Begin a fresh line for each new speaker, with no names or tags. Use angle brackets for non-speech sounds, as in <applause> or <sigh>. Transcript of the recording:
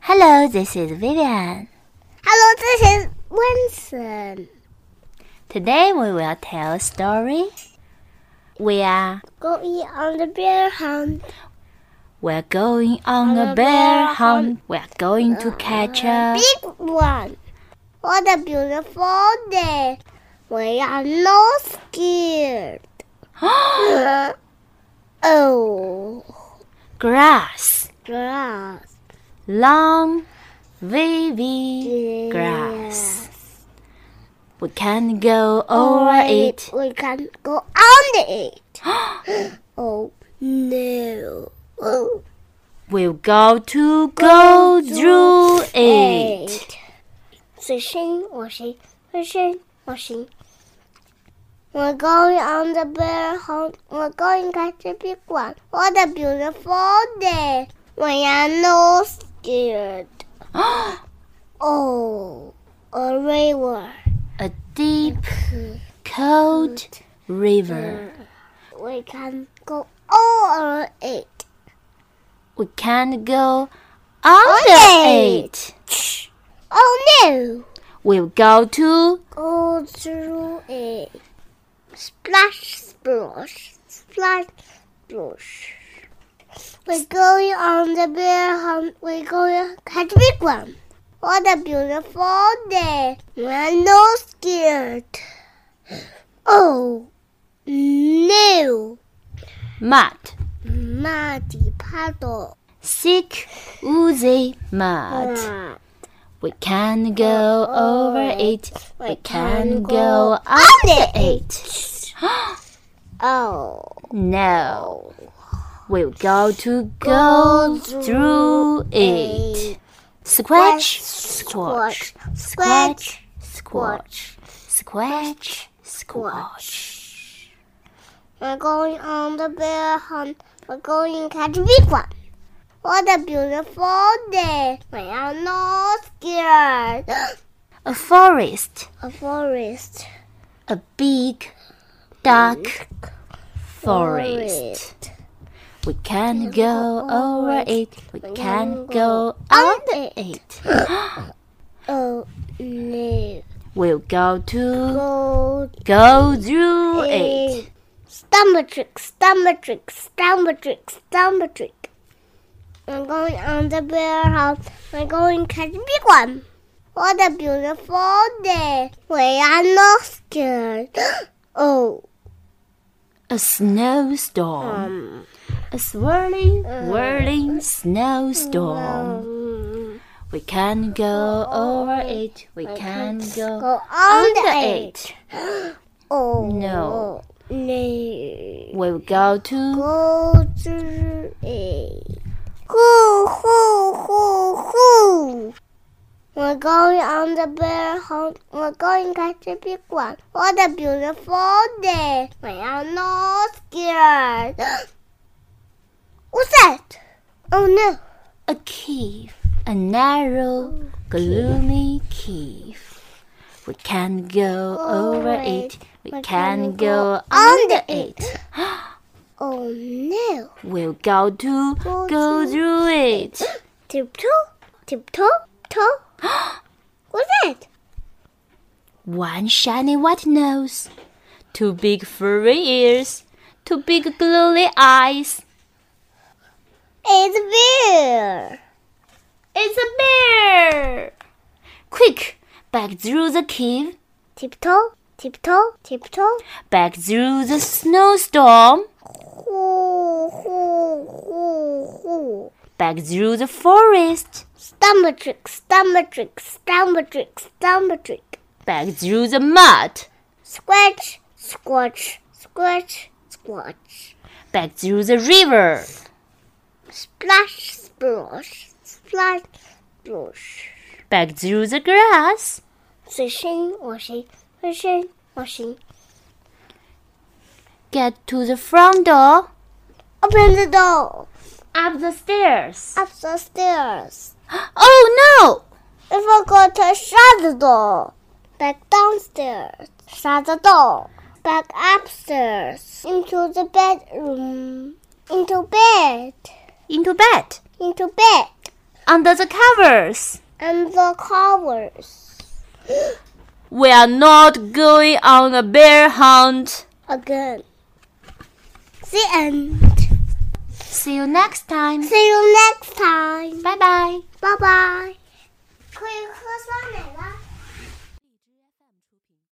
Hello, this is Vivian.
Hello, this is Winston.
Today we will tell a story. We are
Going on the bear hunt.
we're going on a bear hunt. We're going to catch a <gasps>
Big one. What a beautiful day. We are not scared. oh,
grass.
grass.
Long, wavy grass. We can go over it.
We can go on it. oh, no. Oh,
<gasps> We'll go to go through it.
随身我行，随身我行。We're going on the bear hunt. We're going to the big one. What a beautiful day. We are no scared. Oh, a river.
<gasps> a deep, cold river.
We can go over it.
We can't go under it.
Oh no!
We'll go to
Go through it. Splash, splash, splash, splash. We're going on the bear hunt. We're going to catch a big one. What a beautiful day. We're no scared. Oh, no.
mud,
Muddy puddle.
thick, oozy mud. We can't go over it. Hmm. We can't go under it.
Oh,
<gasps> No. We'll go to go through it. Squatch, squatch, squatch, squatch, squatch, squatch.
We're going on the bear hunt. We're going to catch a big one. What a beautiful day. We are not scared. <gasps>
A forest,
a forest.
a big, dark forest. We can go over it. We can go under it. <gasps>
Oh, no.
We'll go to
Go
go through it.
to Stumble trick, stumble trick, stumble trick, stumble trick. We're going on the bear hunt. We're going to catch a big one. What a beautiful day. We are not scared. <gasps> oh,
A snowstorm.
um.
A swirling, whirling snowstorm.
um,
We can go over it. We can go
Go on
under
the eight.
it.
<gasps> Oh
No.
no.
We'll go to
Go to eight. Hoo hoo hoo hoo. We're going on the bear hunt. We're going to catch a big one. What a beautiful day. We are not scared. <gasps> What's that? Oh no.
a cave. A narrow, gloomy cave. We can go over it. We can go under it.
Oh no.
<gasps> We'll go to
Go
go
to-
through it. <gasps>
Tiptoe, tiptoe, toe. What's that?
One shiny white nose, two big furry ears, two big glowy eyes.
It's a bear.
It's a bear! Quick, back through the cave,
Tiptoe, tiptoe, tiptoe.
back through the snowstorm,
Hoo, hoo, hoo, hoo.
back through the forest,
Stumble trick, stumble trick, stumble trick, stumble trick.
back through the mud,
Squatch, squatch, squatch, squatch.
back through the river.
Splash, splosh, splash, splosh.
Back through the grass,
随身我行，随身我行。
get to the front door,
Open the door.
up the stairs. <gasps>
Up the stairs.
Oh
I forgot to shut the door. Back downstairs. Shut the door. Back upstairs. Into the bedroom. Into bed.
no! Into bed,
Into bed.
under the covers.
and the covers.
We are not going on a bear hunt.
<gasps> Again. The end.
See you next time.
See you next time.
Bye bye.
拜拜。可以喝酸奶啦。